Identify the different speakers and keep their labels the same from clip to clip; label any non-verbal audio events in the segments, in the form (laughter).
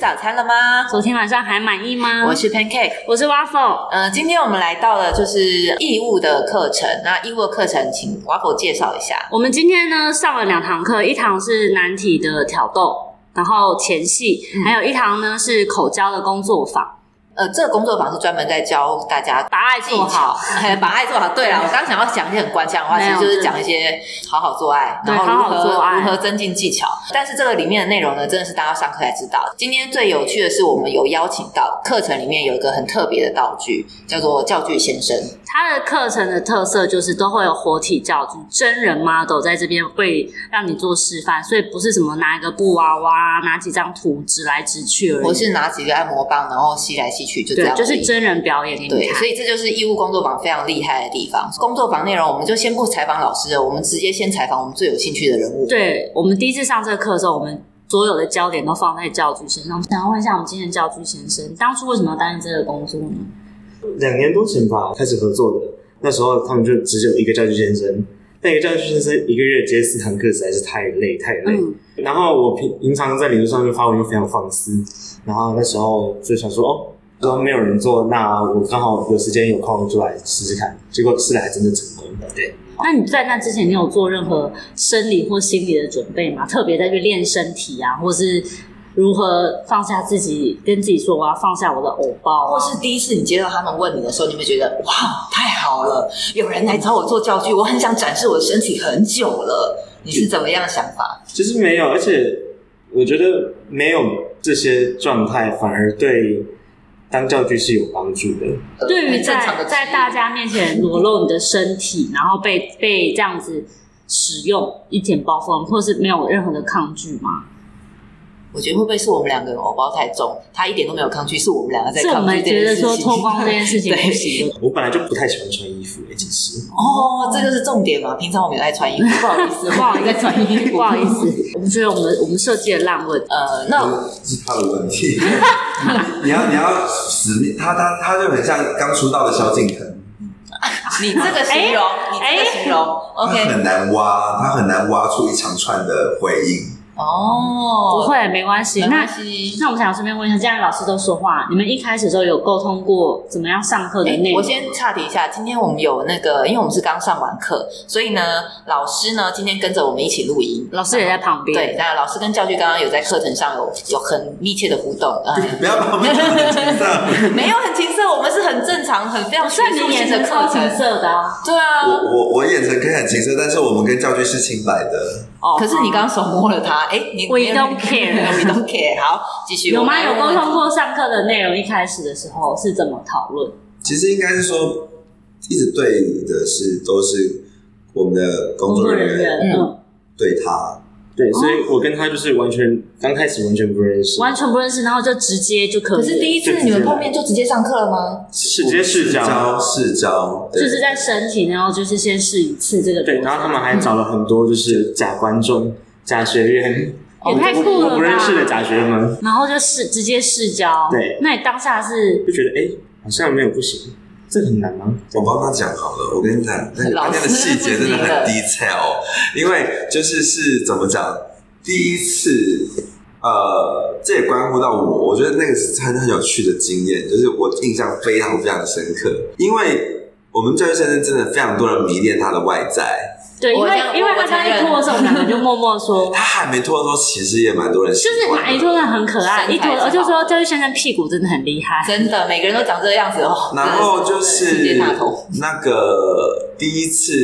Speaker 1: 早餐了吗？
Speaker 2: 昨天晚上还满意吗？
Speaker 1: 我是 Pancake。
Speaker 2: 我是 Waffle，
Speaker 1: 呃，今天我们来到了就是义务的课程，那义务的课程请 Waffle 介绍一下。
Speaker 2: 我们今天呢上了两堂课，一堂是难题的挑逗，然后前戏，
Speaker 1: 嗯
Speaker 2: 还有一堂呢是口交的工作坊，
Speaker 1: 呃，这个工作坊是专门在教大家
Speaker 2: 把爱
Speaker 1: 技
Speaker 2: 做
Speaker 1: 巧
Speaker 2: 好，，
Speaker 1: 哎 (laughs) 把爱做好。对了，我刚想要讲一些很官腔的话，
Speaker 2: 没
Speaker 1: 其
Speaker 2: 有
Speaker 1: 实就是讲一些好好做爱，
Speaker 2: 对
Speaker 1: 然后如
Speaker 2: 好好
Speaker 1: 何
Speaker 2: 做爱
Speaker 1: 如何增进技巧。但是这个里面的内容呢，真的是大家要上课才知道。今天最有趣的是，我们有邀请到课程里面有一个很特别的道具，叫做教具先生。
Speaker 2: 它的课程的特色就是都会有活体教具、真人 model 在这边会让你做示范，所以不是什么拿一个布娃娃、拿几张图指来指去而
Speaker 1: 我
Speaker 2: 已，
Speaker 1: 是拿几个按摩棒，然后吸来吸去，就这
Speaker 2: 对，
Speaker 1: 样。
Speaker 2: 就是真人表演给你
Speaker 1: 对，
Speaker 2: 看
Speaker 1: 所。以这就是义务工作坊非常厉害的地方。工作坊内容我们就先不采访老师了，我们直接先采访我们最有兴趣的人物。
Speaker 2: 对我们第一次上这个课的时候，我们所有的焦点都放在教具身上。想要问一下我们今天的教具先生，当初为什么要担任这个工作呢？
Speaker 3: 两年多前吧开始合作的，那时候他们就只有一个教具先生，但一个教具先生一个月接四堂课实在是太累太累。
Speaker 2: 嗯，
Speaker 3: 然后我平平常在脸书上面发文又非常放肆，然后那时候就想说哦，说没有人做，那我刚好有时间有空就来试试看，结果试了还真的成功。对，
Speaker 2: 那你在那之前，你有做任何生理或心理的准备吗？特别在去练身体啊，或是如何放下自己，跟自己说我要放下我的偶包、
Speaker 1: 或
Speaker 2: 啊，
Speaker 1: 是第一次你接到他们问你的时候，你会觉得哇，太好了，有人来找我做教具，我很想展示我的身体很久了。你是怎么样想法？
Speaker 3: 就是没有，而且我觉得没有这些状态，反而对当教具是有帮助的。
Speaker 2: 对于
Speaker 1: 很正常的
Speaker 2: 在在大家面前裸露你的身体，然后被被这样子使用，一点包袱，或是没有任何的抗拒吗？
Speaker 1: 我觉得会不会是我们两个人偶包太重，他一点都没有抗拒，是我们两个在
Speaker 2: 是我
Speaker 1: 抗拒
Speaker 2: 们
Speaker 1: 这
Speaker 2: 觉
Speaker 1: 件
Speaker 2: 得
Speaker 1: 事情。
Speaker 2: 说脱光这件事
Speaker 1: (laughs)
Speaker 2: 情
Speaker 1: 对
Speaker 2: 不行，
Speaker 3: 我本来就不太喜欢穿衣服，其实。
Speaker 1: 哦，这就是重点嘛。平常我们也爱穿衣服，不好意思，
Speaker 2: 不好意思
Speaker 1: 在穿衣服，
Speaker 2: 不好意。思，我们觉得我们我们设计的烂问，
Speaker 1: 呃，那 (laughs) 我
Speaker 4: 是他的问题。 (laughs) 你要你要死命，他他他就很像刚出道的萧敬腾，
Speaker 1: 你这个形容，你
Speaker 2: 哎
Speaker 1: 这个形容
Speaker 4: 他
Speaker 1: ，OK，
Speaker 4: 很难挖，他很难挖出一长串的回应。 (laughs)
Speaker 1: 哦，
Speaker 2: 不，会没关系。
Speaker 1: 没
Speaker 2: 那
Speaker 1: 关系。
Speaker 2: 那我们想顺便问一下，既然老师都说话，你们一开始的时候有沟通过怎么样上课的内容？
Speaker 1: 哎我先岔题一下，今天我们有那个，因为我们是刚上完课，所以呢，老师呢今天跟着我们一起录音，
Speaker 2: 老师也在旁边，
Speaker 1: 对，那老师跟教具刚刚有在课程上有有很密切的互动，嗯，
Speaker 4: 不要把我们讲得很
Speaker 1: (laughs)
Speaker 4: 沮丧
Speaker 1: 没有很情色，我们是很正常、很非常学
Speaker 2: 虽然
Speaker 1: 术
Speaker 2: 你眼
Speaker 1: 性的
Speaker 2: 神
Speaker 1: 课
Speaker 2: 超情
Speaker 1: 程，
Speaker 2: 色的啊，
Speaker 1: 对啊。
Speaker 4: 我我我眼神可以很情色，但是我们跟教具是清白的。
Speaker 2: 哦
Speaker 1: 可是你刚刚手摸了他，哎、你
Speaker 2: We
Speaker 1: 你
Speaker 2: don't care
Speaker 1: we don't care。好，继续。
Speaker 2: 有吗？
Speaker 1: 我
Speaker 2: 有
Speaker 1: 们来
Speaker 2: 沟
Speaker 1: 问
Speaker 2: 通过上课的内容？一开始的时候是怎么讨论？
Speaker 4: 其实应该是说，一直对你的是都是我们的工作人员
Speaker 2: 员，
Speaker 1: 嗯
Speaker 2: 嗯，
Speaker 4: 对他，
Speaker 3: 对，
Speaker 1: 哦
Speaker 3: 所以我跟他就是完全刚开始完全不认识，
Speaker 2: 完全不认识，然后就直接就可以
Speaker 1: 可
Speaker 2: 了，
Speaker 1: 是第一次你们碰面就直接上课了吗？
Speaker 3: 是直接试
Speaker 4: 试
Speaker 3: 教
Speaker 4: 教，试教，对
Speaker 2: 就是在身体，然后就是先试一次这个
Speaker 3: 对，
Speaker 2: 过程
Speaker 3: 然后他们还找了很多就是假观众、假学员，
Speaker 2: 也太酷了吧
Speaker 3: 我不认识的假学员们，
Speaker 2: 然后就试直接试教，
Speaker 3: 对
Speaker 2: 那你当下是
Speaker 3: 就觉得哎、好像没有不行，这个很难啊吗？
Speaker 4: 我帮他讲好了，我跟你讲，那个
Speaker 1: 老
Speaker 4: 那
Speaker 1: 师
Speaker 4: 天的细节真的
Speaker 1: 不
Speaker 4: 很
Speaker 1: 行的
Speaker 4: detail，因为就是是怎么讲，第一次，呃，这也关乎到我，我觉得那个是很很有趣的经验，就是我印象非常非常的深刻，因为我们教育先生真的非常多人迷恋他的外在，
Speaker 2: 对，因
Speaker 1: 我
Speaker 2: 为
Speaker 1: 先
Speaker 2: 因为
Speaker 1: 我
Speaker 2: 他刚
Speaker 1: 承
Speaker 2: 一
Speaker 1: 认
Speaker 2: 脱的时候，我们两个就默默说
Speaker 1: (laughs)
Speaker 4: 他，还没脱的时候，其实也蛮多人喜
Speaker 2: 就是
Speaker 4: 欢
Speaker 2: 哪一脱的很可爱，一
Speaker 1: 身材
Speaker 2: 脱
Speaker 1: 是好
Speaker 2: 我就说教育先生屁股真的很厉害，
Speaker 1: 真的，每个人都长这个样子哦。
Speaker 4: 然后就
Speaker 1: 世界
Speaker 4: 是
Speaker 1: 大头，
Speaker 4: 那个第一次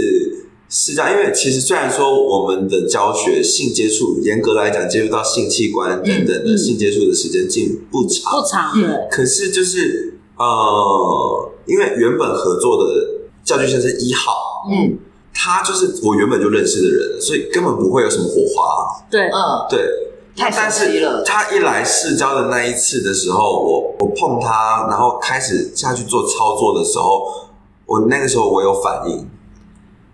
Speaker 4: 试教，因为其实虽然说我们的教学性接触，严格来讲接触到性器官等等
Speaker 2: 嗯
Speaker 4: 的
Speaker 2: 嗯
Speaker 4: 性接触的时间并不长，
Speaker 2: 不长
Speaker 1: 嗯
Speaker 2: 的，
Speaker 4: 可是就是呃，因为原本合作的教具先生一号，
Speaker 1: 嗯
Speaker 4: 他就是我原本就认识的人，所以根本不会有什么火花。
Speaker 2: 对，
Speaker 1: 嗯，
Speaker 4: 对，
Speaker 1: 太
Speaker 4: 但
Speaker 1: 神奇
Speaker 4: 是
Speaker 1: 了。
Speaker 4: 他一来试教的那一次的时候，我我碰他，然后开始下去做操作的时候，我那个时候我有反应，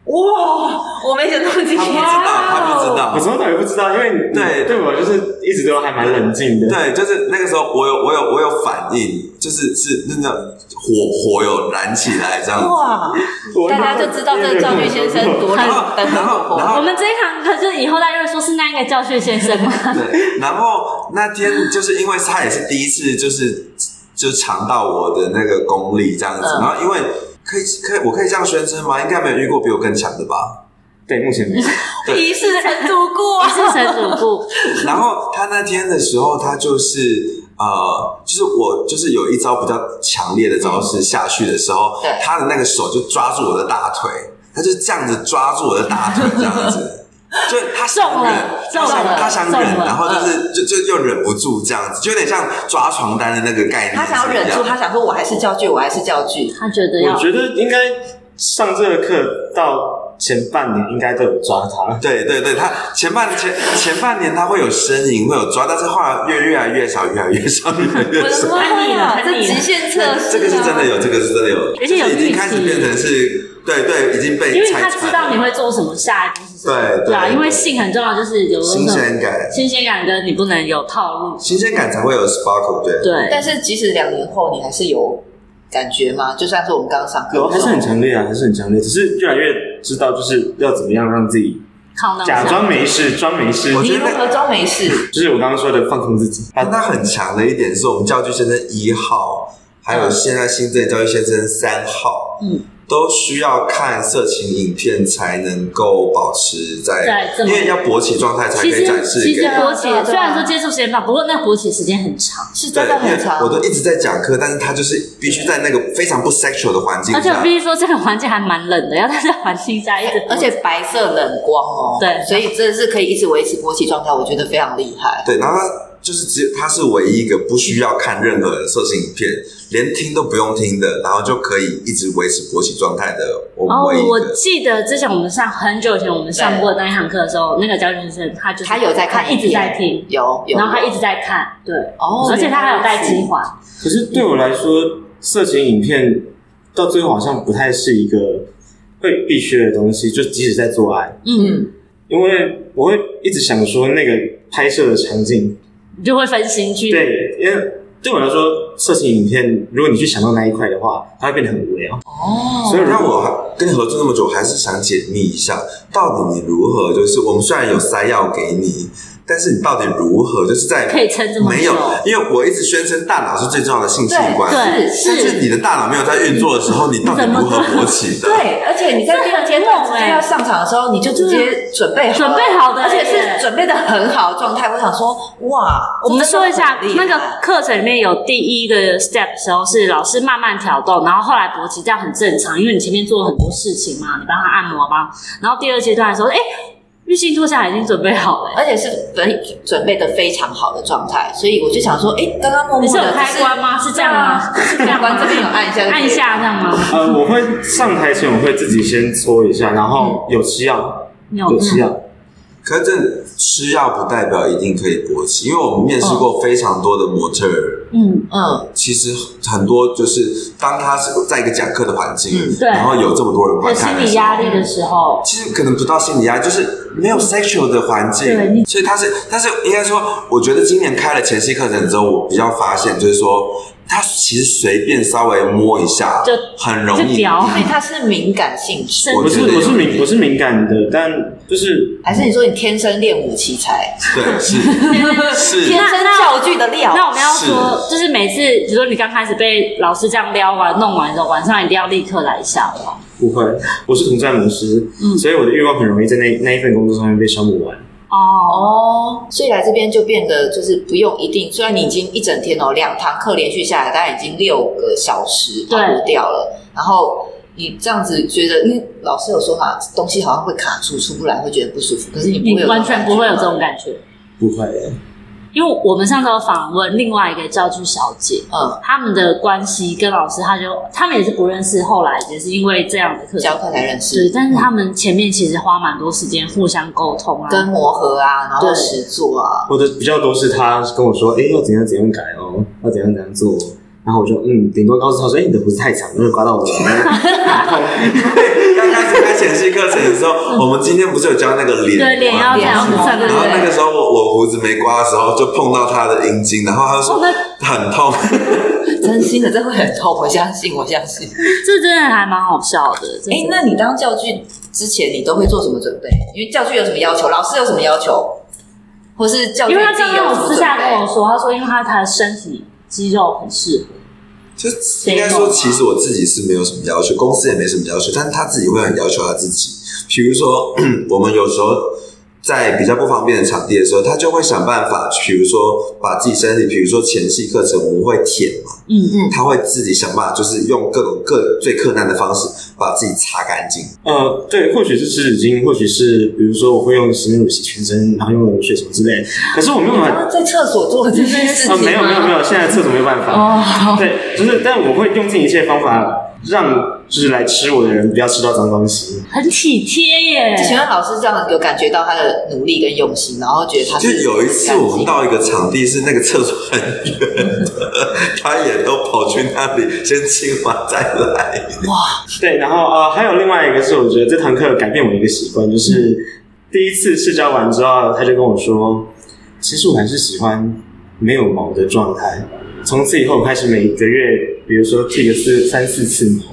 Speaker 1: 哇，我没想到今
Speaker 4: 他不知道，
Speaker 1: 天啊
Speaker 4: 他不知
Speaker 3: 我
Speaker 4: 道。
Speaker 3: 从头到尾不知道，因为
Speaker 4: 对
Speaker 3: 对我就是一直都还蛮冷静的。
Speaker 4: 对，就是那个时候，我有我有我有反应，就是是那个火火有燃起来这样子。
Speaker 1: 哇，
Speaker 3: 我
Speaker 1: 大家就知道这个教具先生
Speaker 3: (laughs)
Speaker 1: 多
Speaker 4: 然
Speaker 1: 冷
Speaker 4: 后
Speaker 1: 灯
Speaker 4: 然
Speaker 1: 火
Speaker 4: 后然
Speaker 1: 火。
Speaker 4: 后
Speaker 2: 我们这一堂课就是以后大家会说是那一个教训先生吗？
Speaker 1: (laughs)
Speaker 4: 对，然后那天就是因为他也是第一次，就是就尝到我的那个功力这样子，
Speaker 1: 嗯
Speaker 4: 然后因为可以可以我可以这样宣称吗？应该没有遇过比我更强的吧。
Speaker 3: 对，目前没有。
Speaker 4: 对
Speaker 1: 一世成主顾
Speaker 2: 我，是神主顾，
Speaker 4: 然后他那天的时候，他就是呃，就是我就是有一招比较强烈的招式下去的时
Speaker 1: 嗯
Speaker 4: 候，
Speaker 1: 对
Speaker 4: 他的那个手就抓住我的大腿，他就这样子抓住我的大腿这样子。就他想
Speaker 2: 中了
Speaker 4: 忍，
Speaker 2: 中
Speaker 4: 他想
Speaker 1: 了嗯
Speaker 4: 他想
Speaker 2: 中
Speaker 4: 忍，
Speaker 2: 了
Speaker 4: 然后就是就就又忍不住这样子，就有点像抓床单的那个概念是一
Speaker 1: 他
Speaker 4: 样。
Speaker 1: 想要忍住，他想说我还是教具，我还是教具。
Speaker 2: 他觉得
Speaker 3: 我
Speaker 2: 要
Speaker 3: 觉得应该上这个课到前半年应该都有抓他。
Speaker 4: 对对对，他前半前前半年他会有呻吟，会有抓，但是后来越越来越少，越来越少，越来越少。
Speaker 1: 会啊，这极限测试，啊
Speaker 4: 这个是真的。有，这个是真的有，
Speaker 2: 而且有
Speaker 4: 就是
Speaker 2: 预
Speaker 4: 已经
Speaker 2: 期
Speaker 4: 开始变成是，对对，已经被
Speaker 2: 因为
Speaker 4: 拆
Speaker 2: 他
Speaker 4: 穿
Speaker 2: 知道你会做什么，下一步是什么。
Speaker 4: 对对
Speaker 2: 对啊，因为性很重要，就是有
Speaker 4: 新鲜感，
Speaker 2: 新鲜感跟你不能有套路。
Speaker 4: 新鲜感才会有 sparkle，对。
Speaker 2: 对，
Speaker 1: 但是即使两年后，你还是有感觉吗？就算是我们刚上课
Speaker 3: 有，
Speaker 1: 的
Speaker 3: 还
Speaker 1: 时
Speaker 3: 是
Speaker 1: 候，
Speaker 3: 很强烈啊，还是很强烈，只是越来越知道就是要怎么样让自己
Speaker 2: 靠那
Speaker 3: 假装没事，装没事，
Speaker 4: 我觉
Speaker 1: 你
Speaker 4: 得
Speaker 1: 如何装没事？
Speaker 3: 就是我刚刚说的放空自己。
Speaker 4: 那他很强的一点是我们教具先生一号，还有现在新增的教育先生三号，
Speaker 2: 嗯，
Speaker 4: 都需要看色情影片才能够保持在
Speaker 2: 在，这
Speaker 4: 因
Speaker 2: 么
Speaker 4: 为要勃起状态才可
Speaker 2: 其
Speaker 4: 以
Speaker 2: 实
Speaker 4: 展示
Speaker 2: 其
Speaker 4: 给
Speaker 1: 对
Speaker 2: 实勃
Speaker 1: 啊对啊
Speaker 2: 起虽然说接触时间短，不过那勃起时间很长，
Speaker 1: 是
Speaker 4: 对
Speaker 1: 真的，
Speaker 4: 因为
Speaker 1: 很长
Speaker 4: 我。都一直在讲课，但是他就是必须在那个非常不 sexual 的环境
Speaker 2: 而且我
Speaker 4: 下
Speaker 2: 必，须说这个环境还蛮冷
Speaker 1: (laughs)
Speaker 2: 的，要在这个环境下一直勃起，
Speaker 1: 而且白色冷光哦，
Speaker 2: 对
Speaker 1: 所以真的是可以一直维持勃起状态，我觉得非常厉害。
Speaker 4: 对，然后他就是只有他是唯一一个不需要看任何色情影片，连听都不用听的，然后就可以一直维持勃起状态的，我们
Speaker 2: 哦
Speaker 4: 唯一，一
Speaker 2: 我
Speaker 4: 个。
Speaker 2: 记得之前我们上很久以前我们上过那一堂课的时候，那个教练生他就是
Speaker 1: 他有在看
Speaker 2: 他一直在听，
Speaker 1: 有有，
Speaker 2: 然后他一直在看，对，
Speaker 1: 哦，
Speaker 2: 而且他还有戴精华，
Speaker 3: 可是对我来说，色情影片到最后好像不太是一个会必须的东西，就即使在做爱，
Speaker 2: 嗯，
Speaker 3: 因为我会一直想说那个拍摄的场
Speaker 4: 嗯
Speaker 3: 景，
Speaker 2: 你就会分心去，
Speaker 3: 对，因为对我来说，色情影片如果你去想到那一块的话，它会变得很无聊。
Speaker 1: 哦，
Speaker 3: 所以如
Speaker 4: 那
Speaker 3: 果
Speaker 4: 我还跟你合作那么久，还是想解密一下，到底你如何？就是我们虽然有塞药给你，但是你到底如何？就是在
Speaker 2: 可以撑这么久
Speaker 4: 没有，因为我一直宣称大脑是最重要的性器官，
Speaker 1: 啊
Speaker 2: 对是
Speaker 4: 但是你的大脑没有在运作的时候，你到底如何勃起
Speaker 2: (laughs)
Speaker 4: 的？
Speaker 1: 对，而且你在第二阶段直接要上场的时候，你就直接准备好了
Speaker 2: 欸嗯准备好的
Speaker 1: 而且
Speaker 2: 耶
Speaker 1: 是准备的很好的状态。我想说，哇，
Speaker 2: 我们
Speaker 1: 真的
Speaker 2: 说一下
Speaker 1: 很厉害
Speaker 2: 那个课程里面有第一个 step 的时候是老师慢慢挑动，然后后来勃起，这样很正常，因为你前面做了很多事情嘛，你帮他按摩啊帮，然后第二阶段的时候，哎，浴巾脱下来已经准备好了。
Speaker 1: 而且是准准备的非常好的状态，所以我就想说，哎、刚刚默
Speaker 2: 你是
Speaker 1: 默
Speaker 2: 有
Speaker 1: 的
Speaker 2: 开关吗？是这样吗？是这
Speaker 1: 开
Speaker 2: 样吗
Speaker 1: 关？这边有按一下，
Speaker 2: (laughs) 按一，下这样吗？
Speaker 3: 呃，我会上台前我会自己先搓一下，然
Speaker 4: 嗯
Speaker 3: 后有吃药，
Speaker 2: 你有
Speaker 3: 有吃药，
Speaker 4: 可是这吃药不代表一定可以勃起，因为我们面试过非常多的模特儿，
Speaker 2: 嗯，
Speaker 1: 嗯，
Speaker 4: 其实很多就是当他是在一个讲课的环境，
Speaker 1: 嗯
Speaker 2: 对
Speaker 4: 然后有这么多人
Speaker 2: 有
Speaker 4: 观看
Speaker 2: 心
Speaker 4: 的
Speaker 2: 理
Speaker 4: 时
Speaker 2: 压
Speaker 4: 候。
Speaker 2: 力的时 (laughs) 候，
Speaker 4: 其实可能不到心理压力，就是没有 sexual 的环
Speaker 2: 对
Speaker 4: 境
Speaker 2: 你，
Speaker 4: 所以他是，但是应该说，我觉得今年开了前戏课程之后，我比较发现就是说，他其实随便稍微摸一下，
Speaker 2: 就
Speaker 4: 很容易
Speaker 2: 就屌
Speaker 1: 所以它是敏感性质，
Speaker 4: 我
Speaker 3: 我
Speaker 4: 觉
Speaker 3: 是
Speaker 4: 得有
Speaker 3: 我是
Speaker 4: 一
Speaker 3: 敏
Speaker 4: 点
Speaker 3: 我是敏感的，但就是
Speaker 1: 还是你说你天生练武奇才，
Speaker 4: 对是
Speaker 2: (laughs)
Speaker 4: 是
Speaker 1: 天生教具的料？
Speaker 2: 那我们要说，就是每次，比如说你刚开始被老师这样撩完、弄完之后，晚上一定要立刻来一下哇！
Speaker 3: 不会，我是同战模师，
Speaker 2: 嗯
Speaker 3: 所以我的欲望很容易在那那一份工作上面被消磨完。
Speaker 2: 哦，
Speaker 1: 哦，所以来这边就变得就是不用一定，虽然你已经一整天哦，两堂课连续下来，大概已经六个小时跑不掉了，然后。你这样子觉得，因为老师有说嘛，东西好像会卡住，出不来，会觉得不舒服。可是你不会有
Speaker 2: 你
Speaker 1: 这种
Speaker 2: 完全不会有
Speaker 1: 感
Speaker 2: 这
Speaker 1: 觉吗
Speaker 2: 种感觉，
Speaker 3: 不会，
Speaker 2: 因为我们上周有访问另外一个教具小姐，
Speaker 1: 嗯，
Speaker 2: 他们的关系跟老师，他就他们也是不认识，后来也是因为这样的课程
Speaker 1: 教课才认
Speaker 2: 对，
Speaker 1: 识，
Speaker 2: 但是他们前面其实花蛮多时间互相沟通啊，
Speaker 1: 跟磨合啊，然后
Speaker 2: 对
Speaker 1: 实做啊，
Speaker 3: 我的比较多是他跟我说，哎、要怎样怎样改哦，要怎样怎样做哦、然后我就嗯，顶多告诉他说，哎、你的胡子太长，没有刮到我的头。
Speaker 4: 刚开始开前前戏课程
Speaker 2: (laughs)
Speaker 4: 的时候，我们今天不是有教那个脸吗
Speaker 2: 对，脸要这样
Speaker 1: 脸
Speaker 2: 子，
Speaker 1: 要
Speaker 2: 对对
Speaker 4: (laughs) 然后那
Speaker 2: 对。
Speaker 4: 个时候我我胡子没刮的时候，就碰到他的阴茎，然后他就说
Speaker 2: 哦那
Speaker 4: 很痛， (laughs)
Speaker 1: 真心的，这会很痛，我相信，我相信。
Speaker 2: 这真的还蛮好笑的。这
Speaker 1: 哎、那你当教具之前，你都会做什么准备？因为教具有什么要求，老师有什么要求，或是教具
Speaker 2: 因为他
Speaker 1: 自己
Speaker 2: 刚
Speaker 1: 有
Speaker 2: 刚
Speaker 1: 什
Speaker 2: 我
Speaker 1: 么
Speaker 2: 私
Speaker 1: 准
Speaker 2: 下跟我
Speaker 1: 备？
Speaker 2: 说，他说因为他他的身体肌肉很适合，
Speaker 4: 就是应该
Speaker 2: 哦
Speaker 4: 说，其实我自己是没有什么要求，公司也没什么要求，但是他自己会很要求他自己。比如说， (clears throat) 我们有时候在比较不方便的场地的时候，他就会想办法，比如说把自己身体，比如说前戏课程我们会舔嘛，
Speaker 2: 嗯嗯，
Speaker 4: 他会自己想办法，就是用各种各最困难的方式把自己擦干净。
Speaker 3: (laughs) 呃，对，或许是湿纸巾，或许是比如说我会用洗面乳洗全身，然后用冷水什么之类的。可是我没有办
Speaker 1: 刚刚
Speaker 3: 法，
Speaker 1: 在厕所做这件事情
Speaker 3: 呃，
Speaker 1: 吗？
Speaker 3: 嗯没有没有没有，现在厕所没有办法。
Speaker 1: 哦，
Speaker 3: 对，就是，但我会用尽一切方法让就是来吃我的人不要吃到脏东西。
Speaker 2: 很体贴耶。
Speaker 1: 请问老师这样有感觉到他的努力跟用心，然后觉得他
Speaker 4: 就是有一次我们到一个场地，是那个厕所很远的，他也都跑去那里先清完再来。
Speaker 3: 对，然后呃，还有另外一个是，我觉得这堂课改变我一个习惯，就是第一次试教完之后，他就跟我说，其实我还是喜欢没有毛的状态。从此以后开始，每个月，比如说剃个四三四次毛，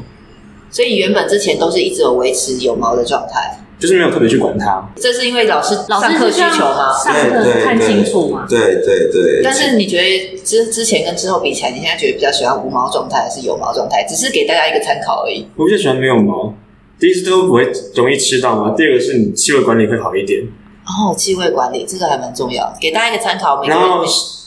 Speaker 1: 所以原本之前都是一直有维持有毛的状态，
Speaker 3: 就是没有特别去管它。
Speaker 1: 这是因为老师
Speaker 2: 老
Speaker 1: 上
Speaker 2: 师
Speaker 1: 课
Speaker 2: 是
Speaker 1: 需
Speaker 2: 这样
Speaker 1: 求吗？
Speaker 2: 上课看清楚嘛。
Speaker 4: 对对对，
Speaker 1: 但是你觉得之之前跟之后比起来，你现在觉得比较喜欢无毛状态还是有毛状态？只是给大家一个参考而已。
Speaker 3: 我比较喜欢没有毛。第一是都不会容易吃到嘛，第二个是你气味管理会好一点，
Speaker 1: 哦，气味管理这个还蛮重要，给大家一个参考。每个
Speaker 3: 然
Speaker 1: 人
Speaker 3: 后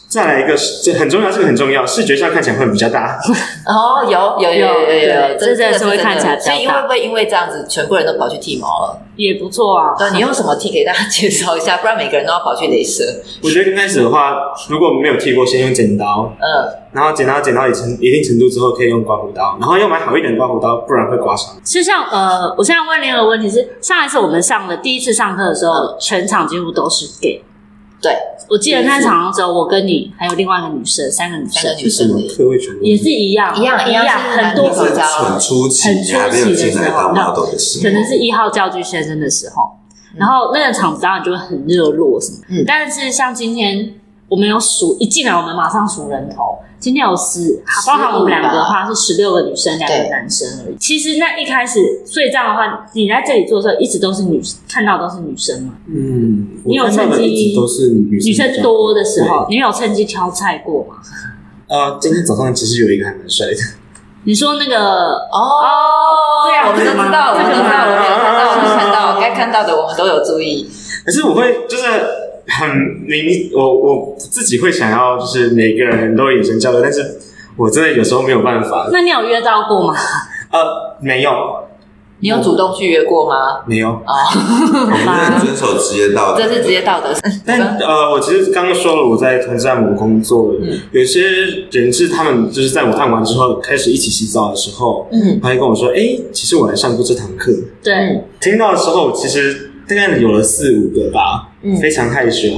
Speaker 3: 再来一个是，这很重要，这个很重要，视觉上看起来会比较大。
Speaker 1: 哦，有有有有有有，
Speaker 2: 对这真的是
Speaker 1: 个
Speaker 2: 会看起来比
Speaker 1: 所
Speaker 2: 较大
Speaker 1: 以因为会不会因为这样子，全部人都跑去剃毛了？
Speaker 2: 也不错啊。
Speaker 1: 那你用什么剃给大家介绍一下？不然每个人都要跑去镭射。
Speaker 3: 我觉得刚开始的话，如果没有剃过，先用剪刀，
Speaker 1: 嗯，
Speaker 3: 然后剪刀剪到一定一定程度之后，可以用刮胡刀，然后要买好一点的刮胡刀，不然会刮伤。
Speaker 2: 就像呃，我现在问另一个问题是，上一次我们上的第一次上课的时候，全场几乎都是 gay。
Speaker 1: 对，
Speaker 2: 我记得那场好像只有我跟你，还有另外一个女生，三个女
Speaker 1: 三个
Speaker 2: 生
Speaker 1: 女
Speaker 3: 什
Speaker 1: 生
Speaker 3: 么
Speaker 1: 而已
Speaker 3: 课会全部
Speaker 2: 也是一样，
Speaker 1: 一样
Speaker 2: 一
Speaker 1: 一样是
Speaker 2: 很多
Speaker 1: 男女
Speaker 4: 是很初期，
Speaker 2: 很初期
Speaker 4: 你还没有进来当
Speaker 2: 的时候
Speaker 4: model
Speaker 1: (laughs)
Speaker 4: 的时候，
Speaker 2: 可能是一号教具先生的时候，然后那个场子当然就会很热络什么。
Speaker 1: 嗯
Speaker 2: 但是像今天我们有数，一进来我们马上数人头。今天有十，
Speaker 1: 15
Speaker 2: 包含我们两个的
Speaker 1: 吧
Speaker 2: 话是十六个女生，两个
Speaker 1: 对
Speaker 2: 男生而已。其实那一开始，所以这样的话，你在这里做的时候，一直都是女，看到都是女生嘛，
Speaker 3: 嗯，
Speaker 2: 你有
Speaker 3: 我看到
Speaker 2: 趁
Speaker 3: 的
Speaker 2: 机
Speaker 3: 一直都是女
Speaker 2: 女生
Speaker 3: 生
Speaker 2: 多的时候，你有趁机挑菜过吗？
Speaker 3: 对。呃，今天早上其实有一个还蛮帅的，
Speaker 2: 你说那个
Speaker 1: 哦
Speaker 2: 这样
Speaker 1: 我们都知道，我
Speaker 2: 这
Speaker 1: 们
Speaker 2: 个
Speaker 1: 都知道，
Speaker 3: 吗
Speaker 1: 我们有看到，我们有看
Speaker 3: 啊
Speaker 1: 到，该看到的我们都有注意。
Speaker 3: 可是我会就是很明，我我自己会想要就是每个人都眼神交流，但是我真的有时候没有办法。
Speaker 2: 那你有约到过吗？
Speaker 3: 呃，没有，
Speaker 1: 你有主动去约过吗？
Speaker 3: 没有。
Speaker 1: 哦，
Speaker 4: 我 (laughs) 们在遵守职业道德
Speaker 1: 这。是职业道德。
Speaker 3: 但呃，我其实刚刚说了，我在同志按摩工作，
Speaker 1: 嗯
Speaker 3: 有些人是他们就是在我按完之后开始一起洗澡的时候，
Speaker 1: 嗯
Speaker 3: 他就跟我说：“哎、其实我来上过这堂课。
Speaker 2: 对，”
Speaker 3: 听到的时候，其实大概有了四五个吧，
Speaker 1: 嗯
Speaker 3: 非常害羞。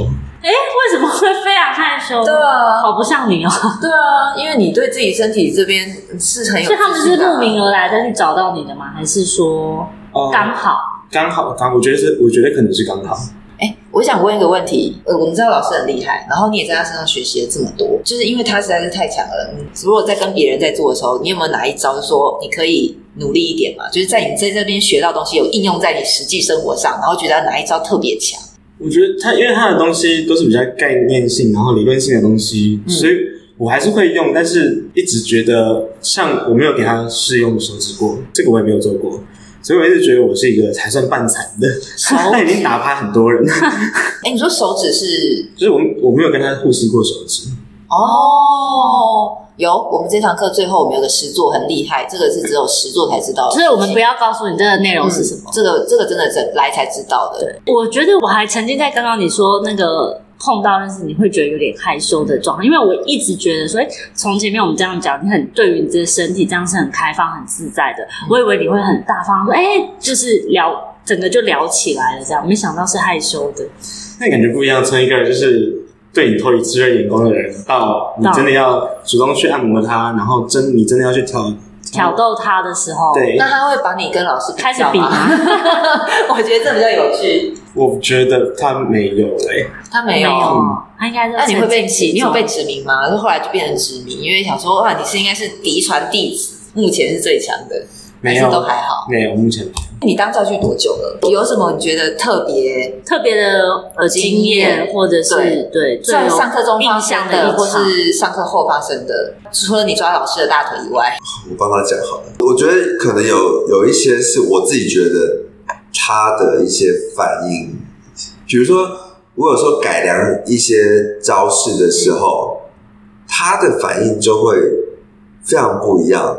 Speaker 2: 哎，为什么会非常害羞？
Speaker 1: 对啊，
Speaker 2: 好不像你哦，
Speaker 1: 对啊，因为你对自己身体这边是很
Speaker 3: 哎
Speaker 1: 有自
Speaker 2: 所以他们
Speaker 1: 信
Speaker 2: 是
Speaker 1: 的啊，
Speaker 2: 慕名而来再去找到你的吗？还是说
Speaker 3: 哦、
Speaker 2: 刚好？
Speaker 3: 刚好刚，我觉得是，我觉得可能是刚好。
Speaker 1: 哎，我想问一个问题，呃，我们知道老师很厉害，然后你也在他身上学习了这么多，就是因为他实在是太强了。嗯如果在跟别人在做的时候，你有没有哪一招说你可以努力一点嘛？就是在你在这边学到东西，有应用在你实际生活上，然后觉得哪一招特别强？
Speaker 3: 我觉得他，因为他的东西都是比较概念性，然后理论性的东西，
Speaker 1: 嗯
Speaker 3: 所以我还是会用，但是一直觉得像我没有给他试用手指过，这个我也没有做过，所以我一直觉得我是一个还算半残的，但已经打趴很多人， (laughs)
Speaker 1: 哎，你说手指是
Speaker 3: 就是我我没有跟他互吸过手指，
Speaker 1: 哦。有，我们这堂课最后我们有个实作很厉害，这个是只有实作才知道的事
Speaker 2: 所
Speaker 1: 情。
Speaker 2: 以我们不要告诉你这个内容
Speaker 1: 嗯
Speaker 2: 是什么。
Speaker 1: 这个这个真的是来才知道的。
Speaker 3: 嗯
Speaker 2: 我觉得我还曾经在刚刚你说那个碰到，但是你会觉得有点害羞的状态，因为我一直觉得说，哎，从前面我们这样讲，你很对于你的身体这样是很开放、很自在的，
Speaker 3: 嗯
Speaker 2: 我以为你会很大方说，哎，就是聊。整个就聊起来了，这样没想到是害羞的，
Speaker 3: 那感觉不一样，从一个就是。对你投以炙热眼光的人，到你
Speaker 2: 到
Speaker 3: 真的要主动去按摩他，然后真你真的要去调
Speaker 2: 挑逗他的时候，
Speaker 3: 对
Speaker 1: 哦那，他会把你跟老师
Speaker 2: 开始
Speaker 1: 较
Speaker 2: 比
Speaker 1: 吗？
Speaker 2: 吗？
Speaker 1: (laughs) 我觉得这比较有趣。
Speaker 3: 我觉得他没有欸诶、
Speaker 1: 他没有，
Speaker 3: 嗯
Speaker 2: 他应该是
Speaker 1: 那你会被
Speaker 2: 曾经
Speaker 1: 指，
Speaker 2: 喜
Speaker 1: 你有
Speaker 2: 欢
Speaker 1: 被指名吗？就后来就变成指名，因为想说哇，你是应该是嫡传弟子，目前是最强的，
Speaker 3: 没
Speaker 1: 还
Speaker 3: 有
Speaker 1: 是都还好。
Speaker 3: 没有，目前没有
Speaker 1: 你当教训多久了？有什么你觉得特别？
Speaker 2: 特别的呃经
Speaker 1: 经验
Speaker 2: 验，或者是对最
Speaker 1: 在
Speaker 2: 有
Speaker 1: 上课中发
Speaker 2: 印
Speaker 1: 生
Speaker 2: 象的
Speaker 1: 的，
Speaker 2: 一
Speaker 1: 或
Speaker 2: 场，
Speaker 1: 是上课后发生的，除了你抓老师的大腿以外，
Speaker 4: 我帮他讲好了。我觉得可能有有一些是我自己觉得他的一些反应，比如说我有时候改良一些招式的时候，他的反应就会非常不一样。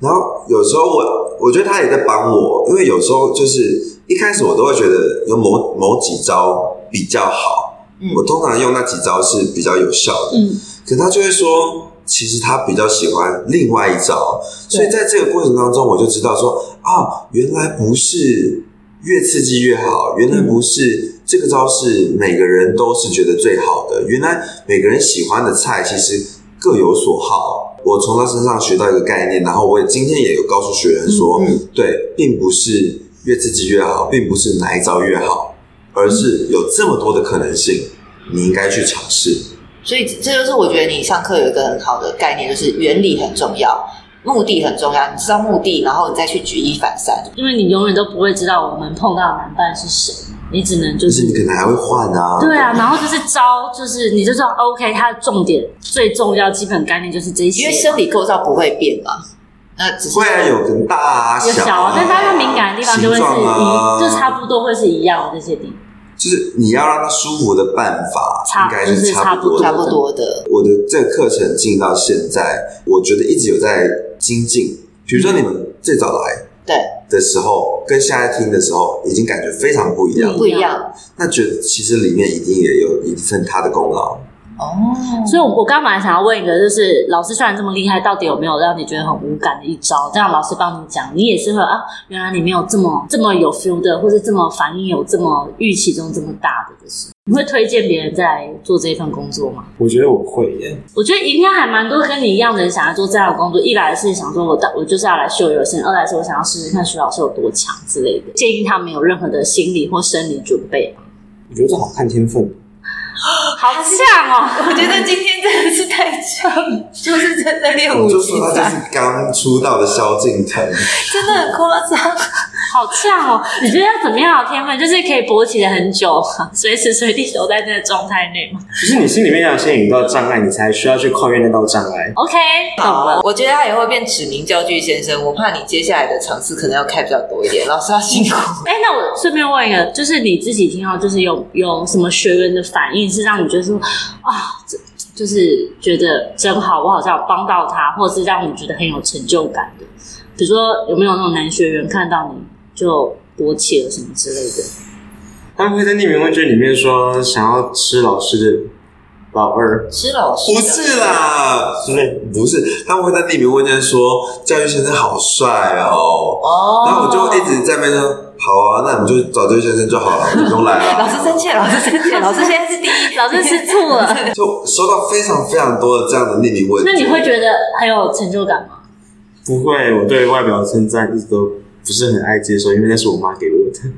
Speaker 4: 然后有时候我我觉得他也在帮我，因为有时候就是一开始我都会觉得有某某几招比较好，
Speaker 1: 嗯
Speaker 4: 我通常用那几招是比较有效的。
Speaker 2: 嗯，
Speaker 4: 可他就会说，其实他比较喜欢另外一招，
Speaker 1: 对
Speaker 4: 所以在这个过程当中，我就知道说，啊，原来不是越刺激越好，原来不是这个招式每个人都是觉得最好的，原来每个人喜欢的菜其实各有所好。我从他身上学到一个概念，然后我也今天也有告诉学员说，
Speaker 1: 嗯
Speaker 4: 对，并不是越刺激越好，并不是哪一招越好，而是有这么多的可能性，你应该去尝试。
Speaker 1: 所以这就是我觉得你上课有一个很好的概念，就是原理很重要，目的很重要。你知道目的，然后你再去举一反三。
Speaker 2: 因为你永远都不会知道我们碰到的男伴是谁，你只能就
Speaker 4: 就是
Speaker 2: 是
Speaker 4: 你可能还会换
Speaker 1: 嗯
Speaker 4: 啊。
Speaker 2: 对啊，然后就是招，就是你就知道哦 OK，它的重点最重要基本概念就是这些，
Speaker 1: 因为生理构造不会变嘛，那只是
Speaker 4: 会啊，有很大啊，
Speaker 2: 有小啊，但是它
Speaker 4: 的
Speaker 2: 的敏感的地方就会是
Speaker 4: 形
Speaker 2: 一，
Speaker 4: 状啊
Speaker 2: 就差不多会是一样的这些地方，
Speaker 4: 就是你要让他舒服的办法，
Speaker 2: 差
Speaker 4: 应该是不
Speaker 2: 就是
Speaker 4: 多的。
Speaker 1: 差不多的。
Speaker 4: 我的这个课程进到现在，我觉得一直有在精进。比如说你们最早来
Speaker 1: 对，
Speaker 4: 的时候，跟现在听的时候，已经感觉非常不一样。
Speaker 2: 嗯
Speaker 1: 不一样
Speaker 4: 那觉得其实里面一定也有一份他的功劳。
Speaker 1: 哦。
Speaker 2: 所以，我我刚本来想要问一个，就是老师虽然这么厉害，到底有没有让你觉得很无感的一招？这样老师帮你讲，你也是会啊，原来你没有这么这么有 feel 的，或者这么反应有这么预期中这么大的的事。你会推荐别人再来做这一份工作吗？
Speaker 3: 我觉得我会耶，
Speaker 2: 我觉得应该还蛮多跟你一样的人想要做这样的工作。一来是想说我到我就是要来秀优先，二来是我想要试试看徐老师有多强之类的。建议他没有任何的心理或生理准备。
Speaker 3: 我觉得这好看天分。
Speaker 2: 好像哦，
Speaker 1: 我觉得今天真的是太像，
Speaker 4: (laughs)
Speaker 1: 就是真的练
Speaker 4: 我
Speaker 1: 武
Speaker 4: 就
Speaker 1: 奇
Speaker 4: 说他就
Speaker 1: 才，
Speaker 4: 是刚出道的萧敬腾，
Speaker 1: 真的很夸张。
Speaker 2: 好像哦。你觉得要怎么样的天分，就是可以勃起的很久， (laughs) 随时随地都在那个状态内吗
Speaker 3: 就是你心里面要先有一道障碍，你才需要去跨越那道障碍。
Speaker 2: ？OK，懂了。
Speaker 1: 我觉得他也会变指名教具先生，我怕你接下来的尝试可能要开比较多一点，老师要辛苦。
Speaker 2: 哎、那我顺便问一个，就是你自己听到，就是有有什么学员的反应是让你觉得说啊，这就是觉得真好，我好像有帮到他，或者是让你觉得很有成就感的？比如说有没有那种男学员看到你就勃起了什么之类的？
Speaker 3: 他们会在匿名问卷里面说想要吃老师的老二
Speaker 1: 吃老师
Speaker 4: 不是啦，
Speaker 3: 之类的，
Speaker 4: 不是，他们会在匿名问卷说教育先生好帅哦，
Speaker 1: 哦，
Speaker 4: 然后我就一直在那边说，好啊，那你们就找教育先生就好了，你们都来啊。
Speaker 1: 老师生 (laughs) 气了，老师生气了，老师现在是第一，
Speaker 2: 老师
Speaker 1: (laughs)
Speaker 2: 吃醋了，
Speaker 4: 就收到非常非常多的这样的匿名问
Speaker 2: (laughs) 那
Speaker 4: 卷，
Speaker 2: 你会觉得很有成就感吗？
Speaker 3: 不会，我对外表的称赞一直都不是很爱接受，因为那是我妈给我的。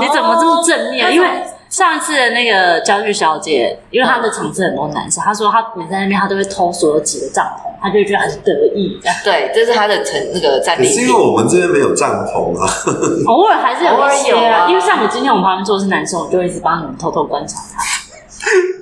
Speaker 2: 你怎么这么正面？
Speaker 1: 哦
Speaker 2: 因为上一次的那个教育小姐，因为她的场次很多男
Speaker 1: 嗯
Speaker 2: 生，她说她每次在那边她都会偷所有几个帐篷，她就会觉得很得意这样。
Speaker 1: 对，这是他的成那个战
Speaker 4: 可
Speaker 1: 利
Speaker 4: 是因
Speaker 1: 品
Speaker 4: 为。我们这边没有帐篷啊，
Speaker 2: 偶尔还是有一些
Speaker 1: 嗯偶尔有
Speaker 2: 啊，
Speaker 1: 啊
Speaker 2: 因为像我今天我们旁边坐的是男生，我就会一直帮你们偷偷观察他。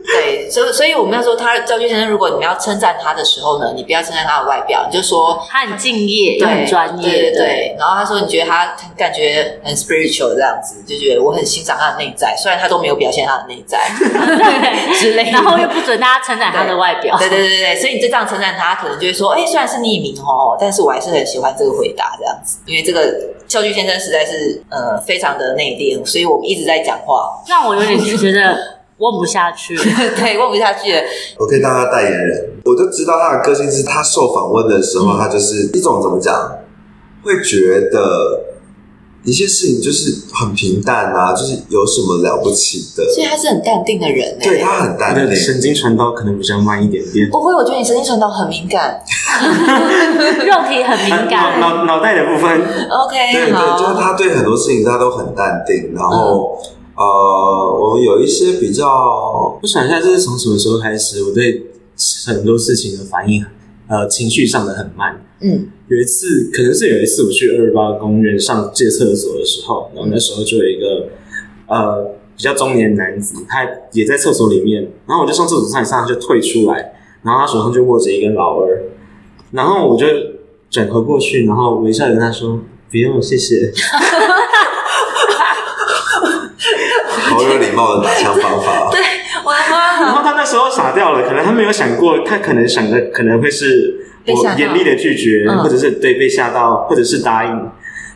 Speaker 1: 对，所以所以我们那时候他教具先生，如果你们要称赞他的时候呢，你不要称赞他的外表，你就说
Speaker 2: 他很敬业，
Speaker 1: 对
Speaker 2: 又很专业，
Speaker 1: 对对对。然后他说你觉得他感觉很 spiritual 这样子，就觉得我很欣赏他的内在，虽然他都没有表现他的内 (laughs) 在 (laughs) 之类的。
Speaker 2: 然后又不准大家称赞他的外表。
Speaker 1: 对对对对，所以你就这样称赞他，可能就会说，哎，虽然是匿名哦，但是我还是很喜欢这个回答这样子，因为这个教具先生实在是呃非常的内敛，所以我们一直在讲话， (laughs)
Speaker 2: 让我有点觉得问不下去了。
Speaker 1: 对，问不下去了。
Speaker 4: 我可以当他代言人，我就知道他的个性是，他受访问的时候，他就是一种怎么讲，会觉得一些事情就是很平淡啊，就是有什么了不起的？
Speaker 1: 所以他是很淡定的人呢、
Speaker 4: 对他很
Speaker 3: 他
Speaker 4: 淡
Speaker 3: 的
Speaker 4: 定，
Speaker 3: 神经传导可能比较慢一点点。
Speaker 1: 不会，我觉得你神经传导很敏感。
Speaker 2: 肉体很敏
Speaker 3: 啊
Speaker 2: 感，
Speaker 3: 脑脑脑袋的部分，
Speaker 4: 对
Speaker 1: OK，
Speaker 4: 对，就是
Speaker 1: 好，
Speaker 4: 他对很多事情他都很淡定，然后、呃，我们有一些比较
Speaker 3: 我想一下，这是从什么时候开始？我对很多事情的反应，呃，情绪上的很慢。
Speaker 1: 嗯，
Speaker 3: 有一次，可能是有一次我去二八公园上借厕所的时候，然后那时候就有一个呃比较中年男子，他也在厕所里面，然后我就上厕所上一上，他就退出来，然后他手上就握着一根老二，然后我就转头过去，然后微笑的跟他说：“不用，谢谢。
Speaker 4: 好有礼貌的打枪方法。对，
Speaker 1: 我的”
Speaker 2: 嗯
Speaker 3: 然
Speaker 1: 妈，
Speaker 3: 后他那时候傻掉了，可能他没有想过，他可能想的可能会是
Speaker 1: 被吓
Speaker 3: 我
Speaker 1: 到
Speaker 3: 严厉的拒绝，
Speaker 1: 嗯
Speaker 3: 或者是对被吓到，或者是答应。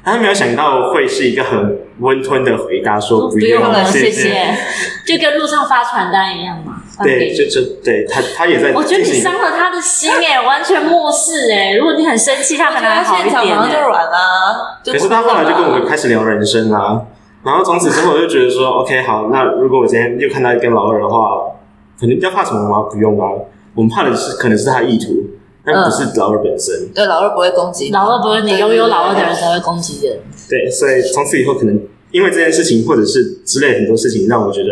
Speaker 3: 他没有想到会是一个很温吞的回答，说
Speaker 2: 哦不
Speaker 3: 用
Speaker 2: 用了，谢
Speaker 3: 谢
Speaker 2: 谢，就跟路上发传单一样嘛，发
Speaker 3: 对，
Speaker 2: 给
Speaker 3: 就就对他，他也在
Speaker 2: (laughs) 我觉得
Speaker 3: 进
Speaker 2: 你
Speaker 3: 行。
Speaker 2: 伤了他的心哎、完全漠视哎、如果你很生气，他
Speaker 1: 我
Speaker 2: 可
Speaker 1: 觉
Speaker 2: 能还
Speaker 1: 得
Speaker 2: 好一
Speaker 1: 现场
Speaker 2: 点、
Speaker 1: 马上就
Speaker 2: 欸。
Speaker 1: 软啊啦。
Speaker 3: 可是他后来就跟我开始聊人生啊，然后从此之后我就觉
Speaker 2: (laughs)
Speaker 3: 得说，OK，好，那如果我今天又看到一根老二的话，可能要怕什么吗？不用啊，我们怕的是可能是他的意图，但不
Speaker 2: 嗯
Speaker 3: 是老二本身。
Speaker 1: 对老二不会攻击你，
Speaker 2: 老二不是你拥有老二的人才会攻击人，
Speaker 3: 对，所以从此以后可能因为这件事情或者是之类很多事情，让我觉得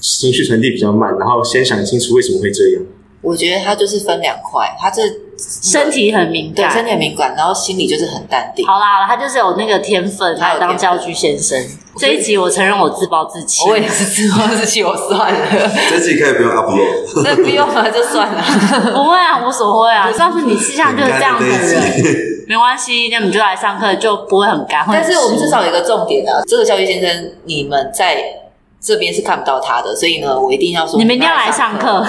Speaker 3: 情绪传递比较慢，然后先想清楚为什么会这样。
Speaker 1: 我觉得他就是分两块，他这
Speaker 2: 身体很敏
Speaker 1: 对
Speaker 2: 感。
Speaker 1: 身体很敏感，然后心里就是很淡定。
Speaker 2: 好啦，好啦，他就是有那个天分，
Speaker 1: 他
Speaker 2: 他
Speaker 1: 有
Speaker 2: 当教具先生。这一集我承认我自暴自弃，
Speaker 1: 我也是自暴自弃，我算了，
Speaker 4: 这集可以不用 upload，
Speaker 1: 那不用了就算
Speaker 2: (laughs)
Speaker 1: 了。
Speaker 2: (laughs) 不会啊，无所谓啊。告诉你气象就是这样的
Speaker 4: 很干的这
Speaker 2: (laughs) 人，没关系，那你就来上课就不会很干。
Speaker 1: 但是我们
Speaker 2: 会
Speaker 1: 至少有一个重点啊，这个教育先生你们在这边是看不到他的，所以呢，我一定要说
Speaker 2: 你们一定要来上
Speaker 1: 课。
Speaker 2: 课，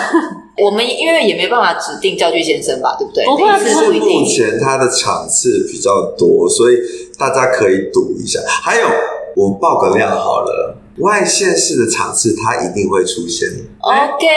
Speaker 1: 我们因为也没办法指定教具先生吧，对不对？
Speaker 2: 不会啊
Speaker 1: 每
Speaker 2: 不
Speaker 1: 次
Speaker 2: 会
Speaker 1: 不
Speaker 4: 是
Speaker 1: 一
Speaker 4: 目
Speaker 1: 定。
Speaker 4: 前他的场次比较多，所以大家可以赌一下。还有，我们爆个料好了，外县市的场次他一定会出现。
Speaker 1: OK，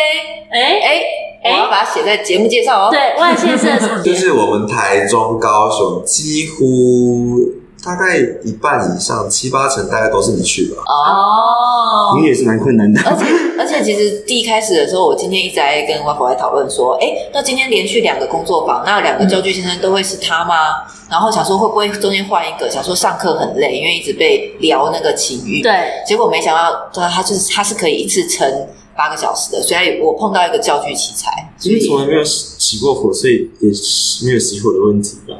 Speaker 2: 哎、
Speaker 1: 哎、
Speaker 2: 哎
Speaker 1: 我要把它写在节目介绍哦。
Speaker 2: 对外线是场
Speaker 4: 就
Speaker 2: 地，
Speaker 4: 是我们台中、高雄几乎大概一半以上，七八成大概都是你去吧。
Speaker 1: 哦。
Speaker 2: (laughs) 哦
Speaker 3: 你也是蛮困难的。
Speaker 1: (laughs) 而且而且，其实第一开始的时候，我今天一直在跟外婆在讨论说，哎，那今天连续两个工作坊，那两个教具先生都会是他吗？然后想说会不会中间换一个？想说上课很累，因为一直被聊那个情欲。
Speaker 2: 对，
Speaker 1: 结果没想到，他他就是他是可以一次撑八个小时的，所以我碰到一个教具奇才，所
Speaker 3: 因为
Speaker 1: 以
Speaker 3: 从来没有起过火，所以也是没有熄火的问题吧。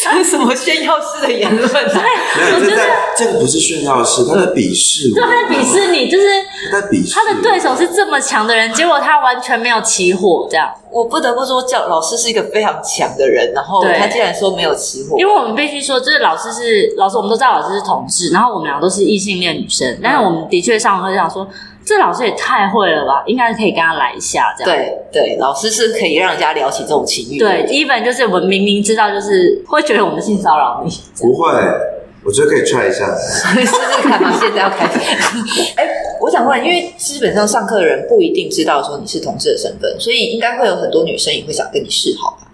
Speaker 1: 这是 (laughs) 什么炫耀式的言论啊？ (laughs)
Speaker 4: 没有，
Speaker 2: 我觉
Speaker 4: 这
Speaker 2: 得
Speaker 4: 在这个不是炫耀式，他在鄙视我，
Speaker 2: 就他在鄙视你，就是
Speaker 4: 他在鄙视
Speaker 2: 他的对手是这么强的人，结果他完全没有起火，这样。
Speaker 1: 我不得不说，教老师是一个非常强的人，然后
Speaker 2: 对
Speaker 1: 他竟然说没有起火，
Speaker 2: 因为我们必须说，就是老师是老师，我们都知道老师是同志，然后我们俩都是异性恋女生，但是我们的确上课就想说，这老师也太会了吧，应该可以跟他来一下这样。
Speaker 1: 对对，老师是可以让人家聊起这种情欲的。
Speaker 2: 对，even 就是我们明明知道，就是会觉得我们性骚扰你，
Speaker 4: 不会，我觉得可以 try 一下。
Speaker 1: 试试看嘛，现在要开始。 (laughs) 哎、我想问，因为基本上上课的人不一定知道说你是同志的身份，所以应该会有很多女生也会想跟你示好吧？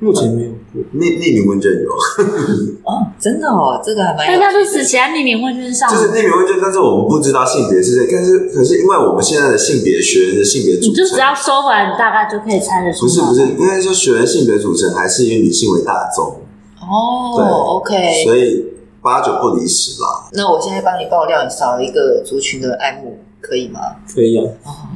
Speaker 3: 目前没有过，
Speaker 4: 匿匿名问卷有，
Speaker 1: 哦，真的哦，这个还蛮有
Speaker 2: 但他就
Speaker 1: 趣的。
Speaker 2: 死其他匿名问卷上
Speaker 4: 就，是匿名问卷，但是我们不知道性别是谁。但是可是因为我们现在的性别学员的性别
Speaker 2: 你
Speaker 4: 组
Speaker 2: 就只
Speaker 4: 成，
Speaker 2: 要收回来，你大概就可以猜得出
Speaker 4: 不
Speaker 2: 来。
Speaker 4: 是不是，应该说学员性别组成还是以女性为大宗，对
Speaker 1: 哦，OK，
Speaker 4: 所以八九不离十啦。
Speaker 1: 那我现在帮你爆料，你少了一个族群的爱慕，可以吗？
Speaker 3: 可以啊。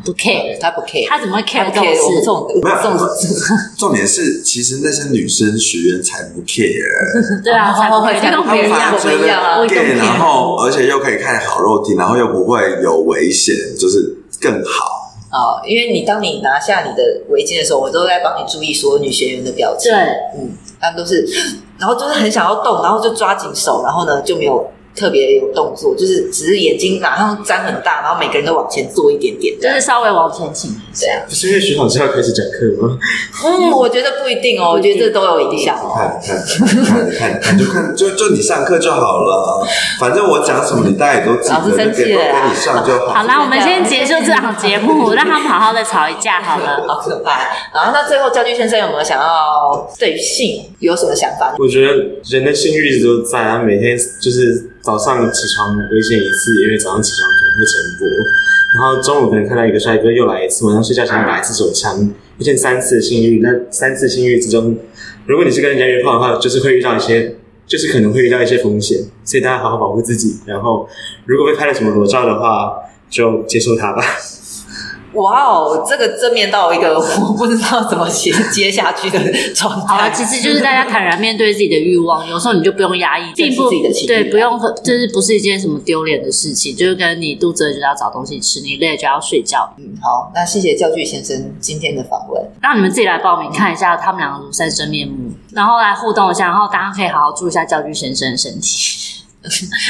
Speaker 2: 不 care，
Speaker 1: 他不 care，
Speaker 2: 他怎么会
Speaker 1: 他
Speaker 2: care
Speaker 1: 不
Speaker 2: 这种
Speaker 1: care 我们这种我
Speaker 2: 事？
Speaker 4: 没有
Speaker 1: 们这种。
Speaker 4: 重点是，其实那些女生学员才不 care，
Speaker 2: 对啊，才不
Speaker 1: 哦
Speaker 2: care，
Speaker 1: 才
Speaker 2: 跟
Speaker 1: 不
Speaker 2: 我们一
Speaker 1: 一样
Speaker 2: 样
Speaker 4: 反而。觉
Speaker 1: 我们一样啊
Speaker 4: 得
Speaker 2: 我也
Speaker 4: gay，
Speaker 2: 不 care
Speaker 4: 然后而且又可以看好肉体，然后又不会有危险，就是更好。
Speaker 1: 啊、因为你当你拿下你的围巾的时候，我都在帮你注意所有女学员的表情。
Speaker 2: 对，
Speaker 1: 嗯，他们都是， (gasps) 然后就是很想要动，然后就抓紧手，然后呢就没有特别有动作，就是只是眼睛马上张很大，然后每个人都往前做一点点这
Speaker 2: 就
Speaker 1: 样
Speaker 2: 是。稍微往前倾一
Speaker 1: 这样。
Speaker 3: 不是因为徐老师要开始讲课吗？
Speaker 1: 嗯，我觉得不一定哦，我觉得这都有影响哦。
Speaker 4: 看看看看看，就看就就你上课就好了，反正我讲什么你大家也都记
Speaker 1: 老
Speaker 4: 得，
Speaker 1: 师
Speaker 4: 就
Speaker 1: 生
Speaker 4: 跟
Speaker 1: 气了啊
Speaker 4: 跟你上就
Speaker 2: 好
Speaker 4: 好。
Speaker 2: 啦，我们先结束这档节 (laughs) 目，让他们好好的吵一架好
Speaker 1: (laughs)
Speaker 2: 了。
Speaker 1: 好可怕！然后，那最后教具先生有没有想要对于性有什么想法？
Speaker 3: 我觉得人的性欲一直都在，他每天就是早上起床危险一次，因为早上起床可能会晨勃，然后中午可能看到一个帅哥又来一次，晚上睡觉前打一次手枪，出现三次性欲。那三次性欲之中，如果你是跟人家约炮的话，就是会遇到一些，就是可能会遇到一些风险，所以大家好好保护自己。然后，如果被拍了什么裸照的话，就接受它吧。
Speaker 1: 哇哦，这个正面到一个我不知道怎么接接下去的状
Speaker 2: 好了，
Speaker 1: 态。
Speaker 2: 其实就是大家坦然面对自己的欲望，有时候你就不用压抑，并
Speaker 1: 正视
Speaker 2: 不
Speaker 1: 自己的情欲
Speaker 2: 对，不用就是不是一件什么丢脸的事情，就是跟你肚子饿就要找东西吃，你累就要睡觉。
Speaker 1: 嗯，好，那谢谢教具先生今天的访问。
Speaker 2: 让你们自己来报名看一下他们两个庐山真面目，然后来互动一下，然后大家可以好好注意一下教具先生的身 (laughs) 体，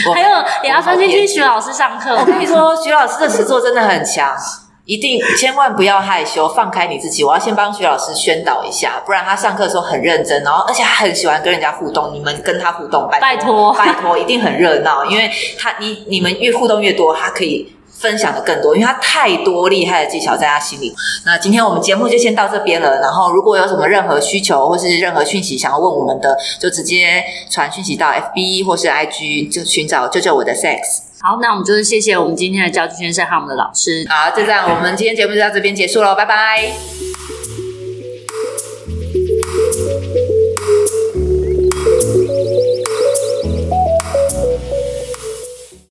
Speaker 1: 我
Speaker 2: 还有也要专心听徐老师上 (laughs) 课。
Speaker 1: 我跟你说，徐老师的实作真的很强，一定千万不要害羞，放开你自己。我要先帮徐老师宣导一下，不然他上课的时候很认真，然后而且他很喜欢跟人家互动。你们跟他互动，拜
Speaker 2: 拜托
Speaker 1: 拜托，一定很热闹，因为他你你们越互动越多，他可以。分享的更多，因为他太多厉害的技巧在他心里。那今天我们节目就先到这边了。然后，如果有什么任何需求或是任何讯息想要问我们的，就直接传讯息到 FB 或是 IG，就寻找“救救我的 sex”。
Speaker 2: 好，那我们就是谢谢我们今天的教具先生和我们的老师，
Speaker 1: 好，就这样，我们今天节目就到这边结束喽，拜拜。